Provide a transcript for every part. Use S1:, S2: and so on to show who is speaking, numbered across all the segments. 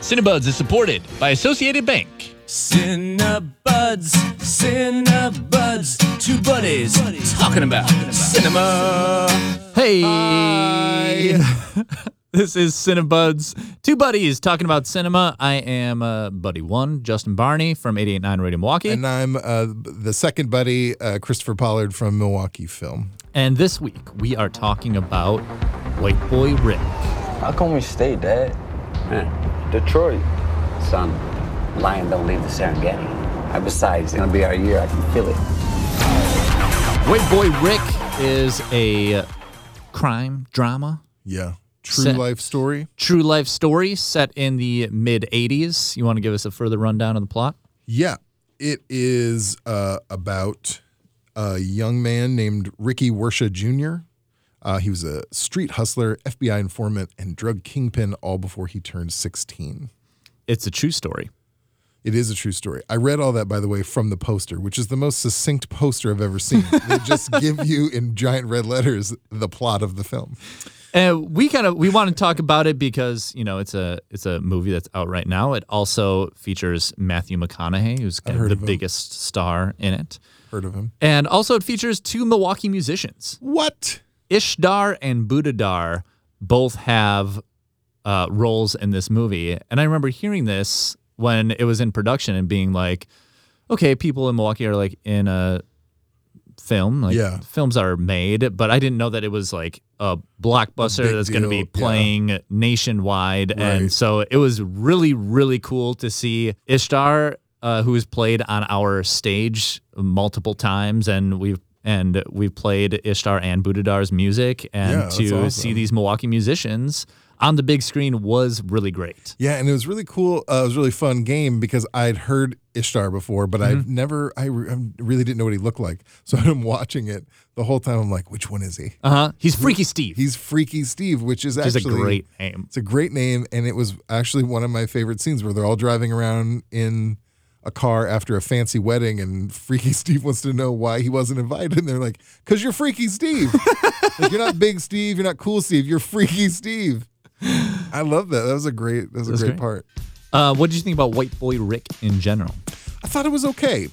S1: Cinebuds is supported by Associated Bank.
S2: Cinebuds, Cinebuds, two buddies, talking about cinema.
S3: Hey. this is Cinebuds. Two buddies talking about cinema. I am uh, buddy one, Justin Barney from 889 Radio Milwaukee.
S4: And I'm uh, the second buddy, uh, Christopher Pollard from Milwaukee Film.
S3: and this week we are talking about White Boy Rick.
S5: How come we stayed, Dad? Detroit.
S6: Son, lion don't leave the Serengeti. I, besides, it's gonna be our year. I can feel it.
S3: White Boy Rick is a crime drama
S4: Yeah. True
S3: Set.
S4: life story.
S3: true life story set in the mid 80s. You want to give us a further rundown of the plot?
S4: Yeah. It is uh, about a young man named Ricky Wersha Jr. Uh, he was a street hustler, FBI informant, and drug kingpin all before he turned 16.
S3: It's a true story.
S4: It is a true story. I read all that, by the way, from the poster, which is the most succinct poster I've ever seen. they just give you in giant red letters the plot of the film.
S3: And Uh, we kind of we want to talk about it because you know it's a it's a movie that's out right now. It also features Matthew McConaughey, who's kind of
S4: heard
S3: the
S4: of him.
S3: biggest star in it,
S4: Heard of him?
S3: and also it features two Milwaukee musicians,
S4: What?
S3: Ishdar and Budadar, both have uh, roles in this movie. And I remember hearing this when it was in production and being like, okay, people in Milwaukee are like in a film. Like
S4: Yeah.
S3: films are made, but I didn't know that it was like a blockbuster
S4: big
S3: that's going to be
S4: deal, yeah.
S3: playing nationwide. And
S4: Right.
S3: so it was really, really cool to see Ishtar, uh, who has played on our stage multiple times, and we've and we've played Ishtar and Budadar's music, and
S4: Yeah, that's
S3: to see
S4: awesome.
S3: these Milwaukee musicians on the big screen was really great.
S4: Yeah, and it was really cool. Uh, it was a really fun game because I'd heard Ishtar before, but I've never, I, re- I really didn't know what he looked like. So I'm watching it the whole time. I'm like, which one is he?
S3: Uh huh. He's Freaky Steve.
S4: He's Freaky Steve, which is
S3: He's a
S4: Uh-huh. actually
S3: great name.
S4: It's a great name, and it was actually one of my favorite scenes where they're all driving around in a car after a fancy wedding, and Freaky Steve wants to know why he wasn't invited. And they're like, "Cause you're Freaky Steve. like, you're not Big Steve. You're not Cool Steve. You're Freaky Steve." I love that. That was a great. That was
S3: That's
S4: a great
S3: great.
S4: part.
S3: Uh, what did you think about White Boy Rick in general?
S4: I thought it was okay.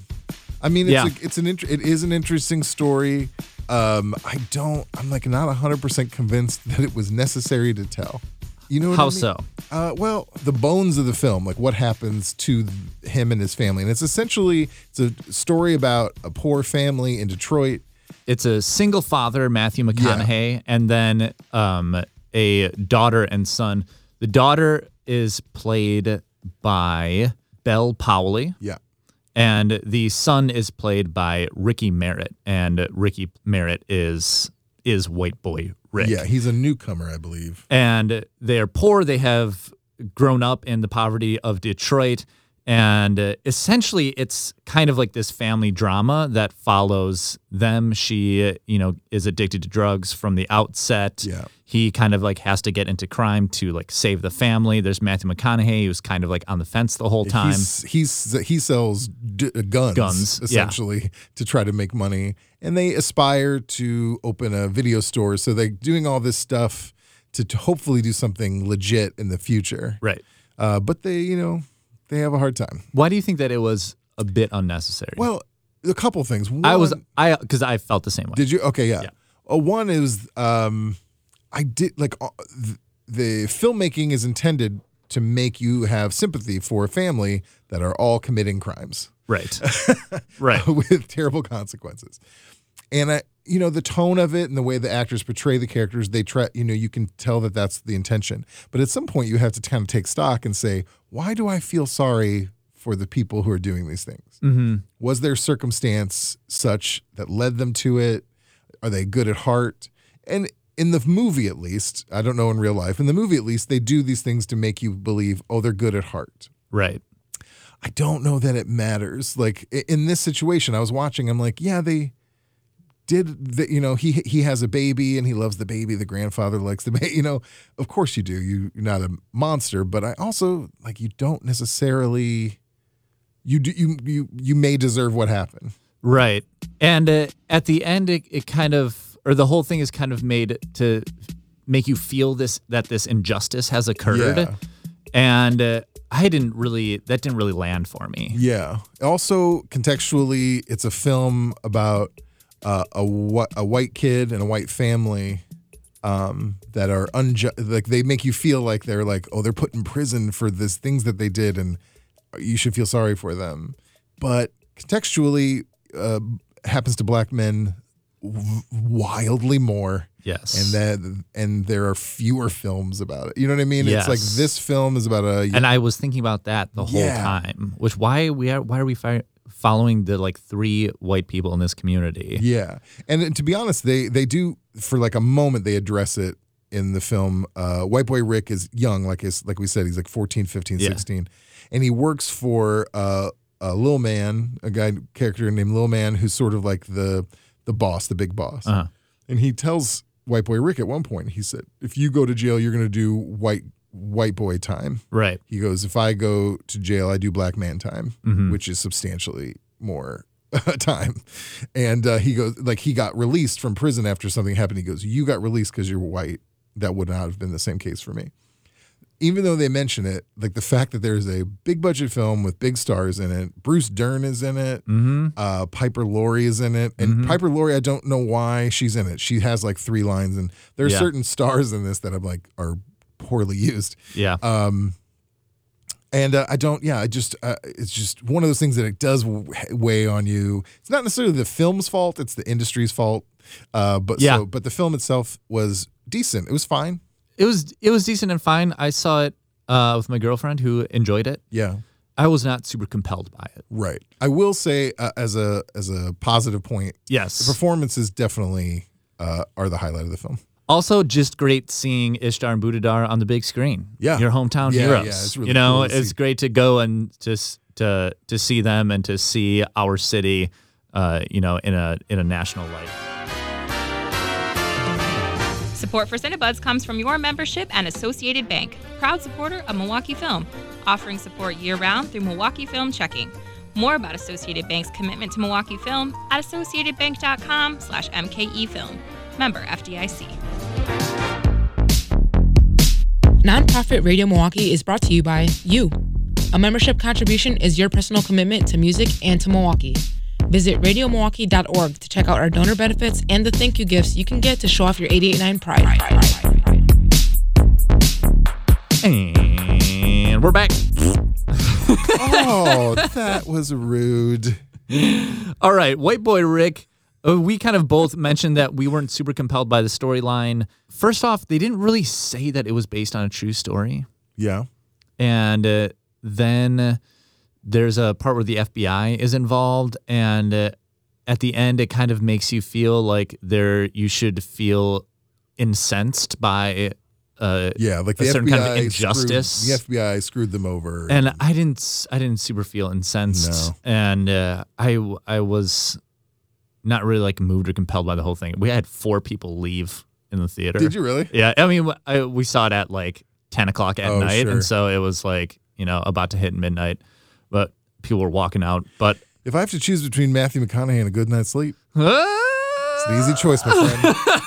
S4: I mean, it's
S3: Yeah.
S4: a, it's an int- it is an interesting story. Um, I don't. I'm like not 100 percent convinced that it was necessary to tell. You know what I
S3: How
S4: mean?
S3: so?
S4: Uh, well, the bones of the film, like what happens to th- him and his family, and it's essentially it's a story about a poor family in Detroit.
S3: It's a single father, Matthew McConaughey, and then um, a daughter and son. The daughter is played by Belle Powley.
S4: Yeah,
S3: and the son is played by Ricky Merritt, and Ricky Merritt is is white boy Rick.
S4: yeah, he's a newcomer, I believe.
S3: And they are poor. They have grown up in the poverty of Detroit, and uh, essentially, it's kind of like this family drama that follows them. She, uh, you know, is addicted to drugs from the outset.
S4: Yeah.
S3: He kind of like has to get into crime to like save the family. There's Matthew McConaughey who's kind of like on the fence the whole time.
S4: He's, he's he sells d- guns,
S3: Guns, yeah.
S4: essentially to try to make money, and they aspire to open a video store. So they're doing all this stuff to, to hopefully do something legit in the future.
S3: right.
S4: Uh, but they, you know, they have a hard time.
S3: Why do you think that it was a bit unnecessary?
S4: Well, a couple things. One,
S3: I was I because I felt the same way.
S4: Did you? Okay, yeah.
S3: Yeah.
S4: Uh, one is um, I did like uh, th- the filmmaking is intended to make you have sympathy for a family that are all committing crimes
S3: right, right.
S4: with terrible consequences. And I, you know, the tone of it and the way the actors portray the characters, they try, you know, you can tell that that's the intention. But at some point, you have to kind of take stock and say, why do I feel sorry for the people who are doing these things?
S3: hmm
S4: was their circumstance such that led them to it? Are they good at heart? And in the movie, at least, I don't know in real life, in the movie, at least, they do these things to make you believe, oh, they're good at heart.
S3: Right.
S4: I don't know that it matters. Like i- in this situation, I was watching, I'm like, yeah, they did the, you know he he has a baby and he loves the baby the grandfather likes the baby you know of course you do you you're not a monster but i also like you don't necessarily you do you you you may deserve what happened
S3: Right. And uh, at the end, it, it kind of, or the whole thing is kind of made to make you feel this that this injustice has occurred.
S4: Yeah.
S3: And uh, I didn't really that didn't really land for me.
S4: Yeah. Also, contextually, it's a film about uh, a wh- a white kid and a white family um, that are unjust. Like they make you feel like they're like, oh, they're put in prison for these things that they did, and you should feel sorry for them. But contextually, uh, happens to black men w- wildly more
S3: Yes.
S4: and that and there are fewer films about it you know what i mean it's
S3: Yes.
S4: like this film is about a
S3: and I was thinking about that the whole
S4: Yeah.
S3: time, which why we are why are we fi- following the like three white people in this community?
S4: Yeah, and to be honest, they they do for like a moment they address it in the film. Uh, White boy Rick is young, like his like we said, he's like 14, 15,
S3: Yeah.
S4: 16. and he works for uh, a little man, a guy character named Lil Man, who's sort of like the the boss, the big boss,
S3: Uh-huh.
S4: and he tells White boy Rick at one point, he said, "If you go to jail, you're going to do white white boy time."
S3: Right.
S4: He goes, if I go to jail, I do black man time,
S3: Mhm.
S4: which is substantially more time. And uh, he goes, like, he got released from prison after something happened. He goes, You got released because you're white. That would not have been the same case for me. Even though they mention it, like the fact that there's a big budget film with big stars in it, Bruce Dern is in it,
S3: Mm-hmm.
S4: uh, Piper Laurie is in it, and Piper Laurie, I don't know why she's in it. She has like three lines, and there are
S3: Yeah.
S4: certain stars in this that I'm like are poorly used.
S3: Yeah.
S4: Um, and uh, I don't, yeah, I just, uh, it's just one of those things that it does w- weigh on you. It's not necessarily the film's fault; it's the industry's fault. Uh, but
S3: Yeah.
S4: so, but the film itself was decent. It was fine.
S3: it was it was decent and fine. I saw it uh, with my girlfriend who enjoyed it.
S4: Yeah,
S3: I was not super compelled by it.
S4: right. I will say uh, as a as a positive point, the
S3: Yes.
S4: performances definitely uh, are the highlight of the film.
S3: Also, just great seeing Ishtar and Budadar on the big screen.
S4: Yeah.
S3: Your hometown
S4: Yeah,
S3: heroes.
S4: yeah, it's really
S3: you know,
S4: cool to
S3: it's
S4: see.
S3: great to go and just to to see them and to see our city, uh, you know, in a in a national light.
S7: Support for Cinebuds comes from your membership and Associated Bank, proud supporter of Milwaukee Film, offering support year round through Milwaukee Film Checking. More about Associated Bank's commitment to Milwaukee Film at associatedbank.com slash mkefilm. Member FDIC.
S8: Nonprofit Radio Milwaukee is brought to you by you. A membership contribution is your personal commitment to music and to Milwaukee. Visit radiomilwaukee.org to check out our donor benefits and the thank you gifts you can get to show off your 889 pride.
S3: And we're back.
S4: Oh, that was rude.
S3: All right, White Boy Rick. uh, We kind of both mentioned that we weren't super compelled by the storyline. First off, they didn't really say that it was based on a true story.
S4: Yeah,
S3: and uh, then there's a part where the FBI is involved, and uh, at the end, it kind of makes you feel like there you should feel incensed by. Uh,
S4: yeah. Like
S3: A
S4: the
S3: certain
S4: FBI
S3: kind of
S4: screwed-
S3: injustice.
S4: the FBI screwed them over.
S3: and I didn't, s- I didn't super feel incensed,
S4: No.
S3: and uh, I, w- I was not really like moved or compelled by the whole thing. We had four people leave in the theater.
S4: did you really?
S3: Yeah, I mean, w I we saw it at like ten o'clock at
S4: Oh,
S3: night,
S4: sure.
S3: and so it was like you know about to hit midnight, but people were walking out. But
S4: If I have to choose between Matthew McConaughey and a good night's sleep,
S3: well,
S4: it's the easy choice, my friend.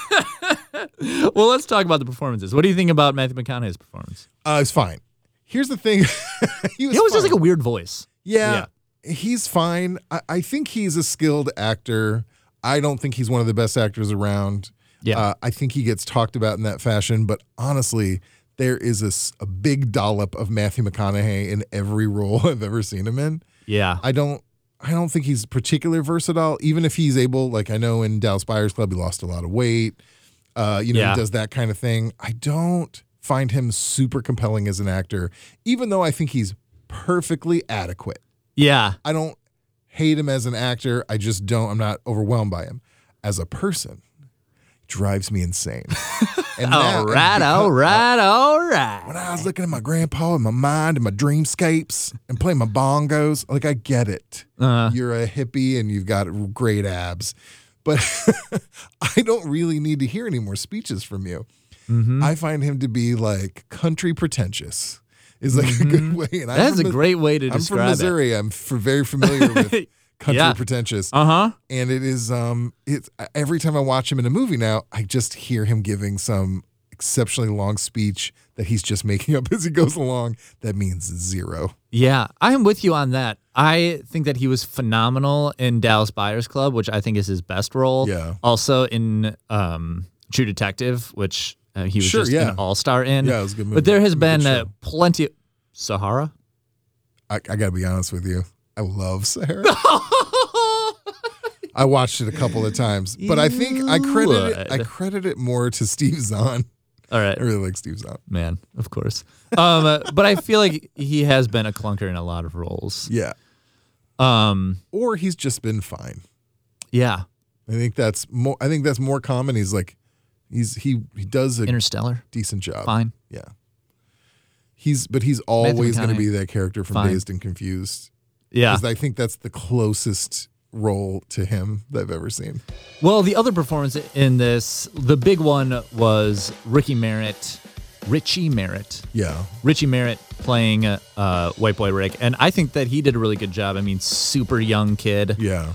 S3: let's talk about the performances. What do you think about Matthew McConaughey's performance?
S4: Uh, it's fine. Here's the thing. he was
S3: He always has
S4: fine.
S3: like a weird voice.
S4: yeah, He's fine. I, I think he's a skilled actor. I don't think he's one of the best actors around.
S3: Yeah.
S4: Uh, I think he gets talked about in that fashion, but honestly, there is a s a a big dollop of Matthew McConaughey in every role I've ever seen him in.
S3: Yeah,
S4: I don't I don't think he's particularly versatile, even if he's able, like I know in Dallas Buyers Club he lost a lot of weight. Uh, you know,
S3: Yeah.
S4: he does that kind of thing. I don't find him super compelling as an actor, even though I think he's perfectly adequate.
S3: yeah,
S4: I don't hate him as an actor. I just don't, I'm not overwhelmed by him. As a person, drives me insane. And
S3: all right,
S4: and
S3: all
S4: because-
S3: right, all right.
S4: when I was looking at my grandpa and my mind and my dreamscapes and playing my bongos, like I get it.
S3: Uh-huh.
S4: You're a hippie and you've got great abs, but I don't really need to hear any more speeches from you.
S3: Mm-hmm.
S4: I find him to be like country pretentious. Is like a good way. And I'm
S3: Mm-hmm. That's a
S4: from Mi-
S3: great way to
S4: I'm
S3: describe
S4: from Missouri. I'm f- very familiar with country
S3: Yeah.
S4: pretentious
S3: it. Uh huh.
S4: and it is um it's every time I watch him in a movie now, I just hear him giving some exceptionally long speech that he's just making up as he goes along, that means zero.
S3: Yeah, I am with you on that. I think that he was phenomenal in Dallas Buyers Club, which I think is his best role.
S4: Yeah.
S3: Also in um, True Detective, which uh, he was
S4: Sure,
S3: just
S4: yeah.
S3: an all star in.
S4: Yeah, it was a good movie.
S3: But there has
S4: Good
S3: been uh,
S4: show.
S3: plenty. Sahara.
S4: I, I got to be honest with you. I love Sahara. I watched it a couple of times, but I think I
S3: You
S4: credit it, I
S3: would.
S4: credit it more to Steve Zahn.
S3: All right,
S4: I really like Steve Zahn.
S3: man. Of course. Um, uh, but I feel like he has been a clunker in a lot of roles.
S4: Yeah,
S3: Um,
S4: or he's just been fine.
S3: yeah.
S4: I think that's more. I think that's more common. He's like, he's he he does a
S3: Interstellar.
S4: decent job.
S3: Fine.
S4: Yeah. He's but he's always going to
S3: McConaughey.
S4: be that character from
S3: Fine. Ah.
S4: Dazed and Confused.
S3: Yeah.
S4: 'Cause I think that's the closest role to him that I've ever seen.
S3: Well, the other performance in this, the big one was Ricky Merritt, Richie Merritt,
S4: Yeah.
S3: Richie Merritt playing uh, White Boy Rick, and I think that he did a really good job. I mean, super young kid,
S4: Yeah.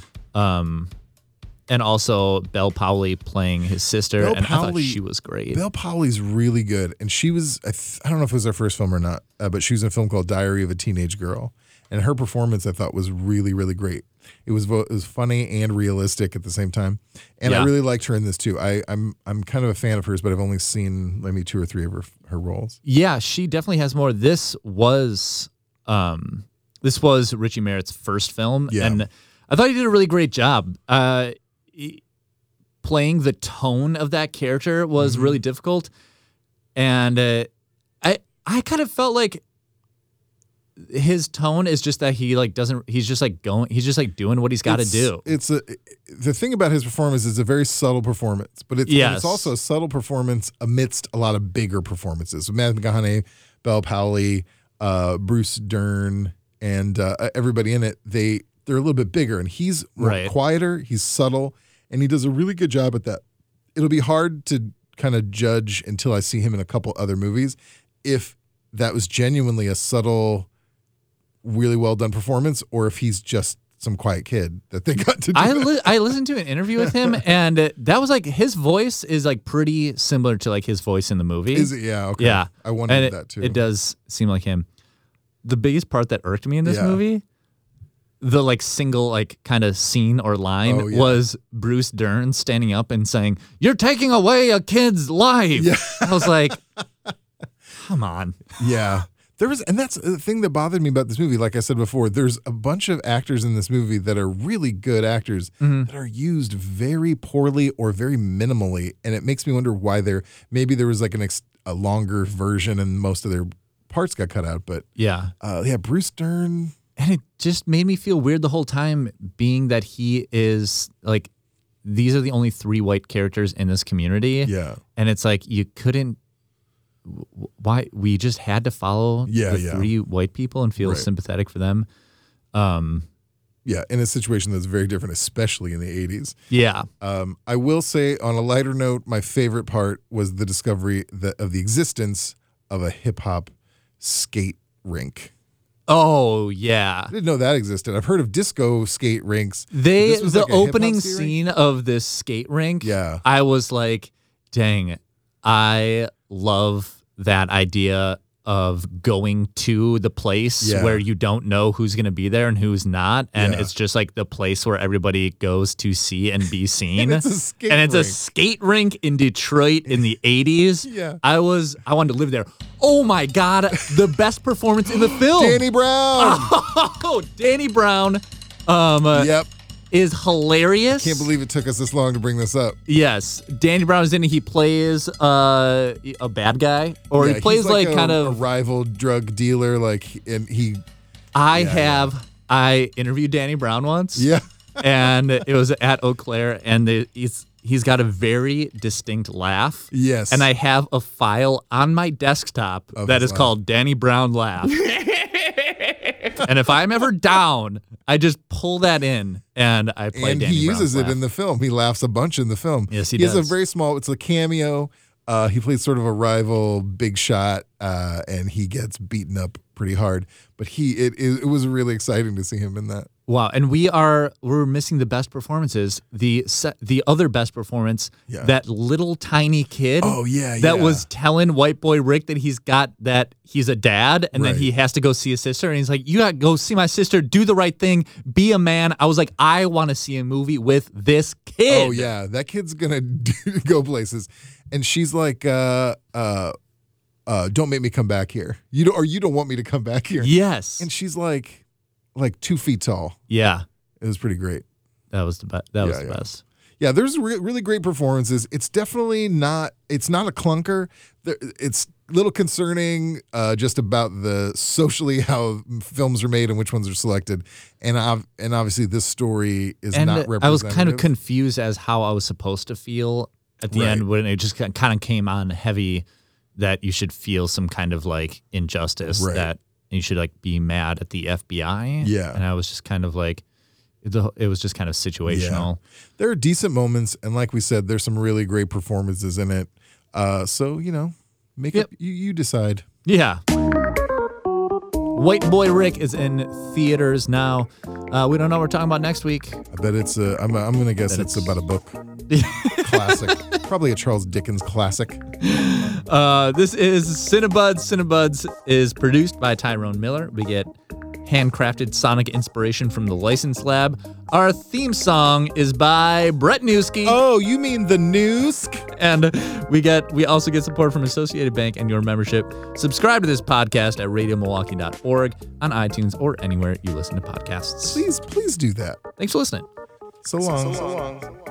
S3: and also Belle Powley playing his sister,
S4: Belle
S3: and I thought
S4: Powley-
S3: she was great.
S4: Belle Polly's really good, and she was I, th- I don't know if it was her first film or not, uh, but she was in a film called Diary of a Teenage Girl, and her performance I thought was really really great. It was vo- it was funny and realistic at the same time, and I
S3: Yeah.
S4: really liked her in this too. I I'm I'm kind of a fan of hers, but I've only seen maybe two or three of her her roles.
S3: yeah, she definitely has more. This was, um, this was Richie Merritt's first film,
S4: Yeah.
S3: and I thought he did a really great job. Uh, he- playing the tone of that character was
S4: Mm-hmm.
S3: really difficult, and uh, I I kind of felt like his tone is just that he like doesn't he's just like going he's just like doing what he's got to
S4: It's-
S3: do.
S4: It's a the thing about his performance is a very subtle performance, but it's and
S3: Yes.
S4: it's also a subtle performance amidst a lot of bigger performances. Matt McConaughey, Belle Powley, uh, Bruce Dern, and uh, everybody in it they they're a little bit bigger, and he's more
S3: Right.
S4: quieter. He's subtle, and he does a really good job at that. It'll be hard to kind of judge until I see him in a couple other movies if that was genuinely a subtle really well done performance or if he's just some quiet kid that they got to do.
S3: I
S4: that.
S3: li- I listened to an interview with him, and uh, that was like his voice is like pretty similar to like his voice in the movie.
S4: Is it? Yeah. Okay.
S3: Yeah,
S4: I wondered
S3: And it,
S4: that too.
S3: It does seem like him. The biggest part that irked me in this
S4: Yeah.
S3: movie, the like single like kind of scene or line
S4: Oh, yeah.
S3: was Bruce Dern standing up and saying, "You're taking away a kid's life." I was like, "Come on."
S4: Yeah. There was, and that's the thing that bothered me about this movie. Like I said before, there's a bunch of actors in this movie that are really good actors that are used very poorly or very minimally, and it makes me wonder why they're. Maybe there was like an ex, a longer version, and most of their parts got cut out. But
S3: Yeah.
S4: uh, yeah, Bruce Dern.
S3: and it just made me feel weird the whole time being that he is like these are the only three white characters in this community
S4: Yeah.
S3: and it's like you couldn't w- why we just had to follow
S4: Yeah,
S3: the
S4: yeah.
S3: three white people and feel
S4: Right.
S3: sympathetic for them
S4: Yeah, in a situation that's very different, especially in the 80s.
S3: yeah
S4: Um, I will say, on a lighter note, my favorite part was the discovery that, of the existence of a hip hop skate rink.
S3: oh yeah
S4: I didn't know that existed. I've heard of disco skate rinks. but
S3: they
S4: this was
S3: the
S4: like a hip hop
S3: opening
S4: skate rink?
S3: scene of this skate rink
S4: Yeah.
S3: i was like dang i love that idea of going to the place
S4: Yeah.
S3: where you don't know who's going to be there and who's not and
S4: Yeah.
S3: it's just like the place where everybody goes to see and be seen
S4: it's a skate
S3: And it's a
S4: rink.
S3: skate rink in detroit in the 80s
S4: Yeah.
S3: i was i wanted to live there oh my god the best performance in the film
S4: Danny Brown.
S3: oh danny brown um uh,
S4: yep.
S3: is hilarious
S4: Can't believe it took us this long to bring this up.
S3: Yes, Danny Brown is in. it. He plays uh, a bad guy, or
S4: Yeah,
S3: he
S4: he's
S3: plays like,
S4: a-
S3: kind
S4: a
S3: of.
S4: rival drug dealer. Like, and he,
S3: I have. I interviewed Danny Brown once.
S4: yeah.
S3: and it was at Eau Claire, and they, he's he's got a very distinct laugh.
S4: Yes.
S3: And I have a file on my desktop
S4: Of
S3: that is
S4: his laugh.
S3: called Danny Brown Laugh. and if I'm ever down, I just pull that in and I play
S4: and
S3: Danny
S4: he
S3: Brown's
S4: uses it
S3: laugh.
S4: in the film. He laughs a bunch in the film.
S3: Yes, he
S4: He has
S3: does.
S4: a very small. It's a cameo. Uh, he plays sort of a rival, big shot, uh, and he gets beaten up pretty hard. But he, it, it, it was really exciting to see him in that.
S3: Wow, and we are we're missing the best performances. The se- the other best performance
S4: Yeah.
S3: that little tiny kid.
S4: Oh, yeah,
S3: that
S4: yeah.
S3: was telling white boy Rick that he's got that he's a dad and
S4: Right.
S3: that he has to go see his sister and he's like, you got to go see my sister, do the right thing, be a man. I was like, I want to see a movie with this kid.
S4: Oh yeah, that kid's gonna do, go places, and she's like, uh, uh, uh, "Don't make me come back here. You don't, or you don't want me to come back here."
S3: yes,
S4: And she's like, like two feet tall.
S3: yeah,
S4: It was pretty great.
S3: that was the best. That was
S4: Yeah,
S3: the
S4: yeah.
S3: best.
S4: Yeah, there's re- really great performances. It's definitely not. It's not a clunker. There- It's a little concerning, uh, just about the socially how films are made and which ones are selected, and I've, and obviously this story is
S3: and I
S4: not
S3: was
S4: representative.
S3: kind of confused as how I was supposed to feel at the
S4: Right.
S3: end when it just kind of came on heavy that you should feel some kind of like injustice
S4: Right.
S3: that you should like be mad at the FBI.
S4: Yeah.
S3: and I was just kind of like, the- it was just kind of situational.
S4: there are decent moments, and like we said, there's some really great performances in it. Uh, so you know, make
S3: Yep.
S4: up you, you decide.
S3: Yeah. White Boy Rick is in theaters now. Uh, we don't know what we're talking about next week.
S4: I bet it's a. I'm, I'm gonna guess it's, about a book. classic, probably a Charles Dickens classic.
S3: Uh, this is Cinebuds. Cinebuds is produced by Tyrone Miller. We get handcrafted sonic inspiration from the License Lab. Our theme song is by Brett Newski,
S4: Oh, you mean the news?
S3: and we get we also get support from Associated Bank and your membership. Subscribe to this podcast at RadioMilwaukee.org on iTunes or anywhere you listen to podcasts.
S4: Please, please do that.
S3: Thanks for listening.
S4: So long. So long.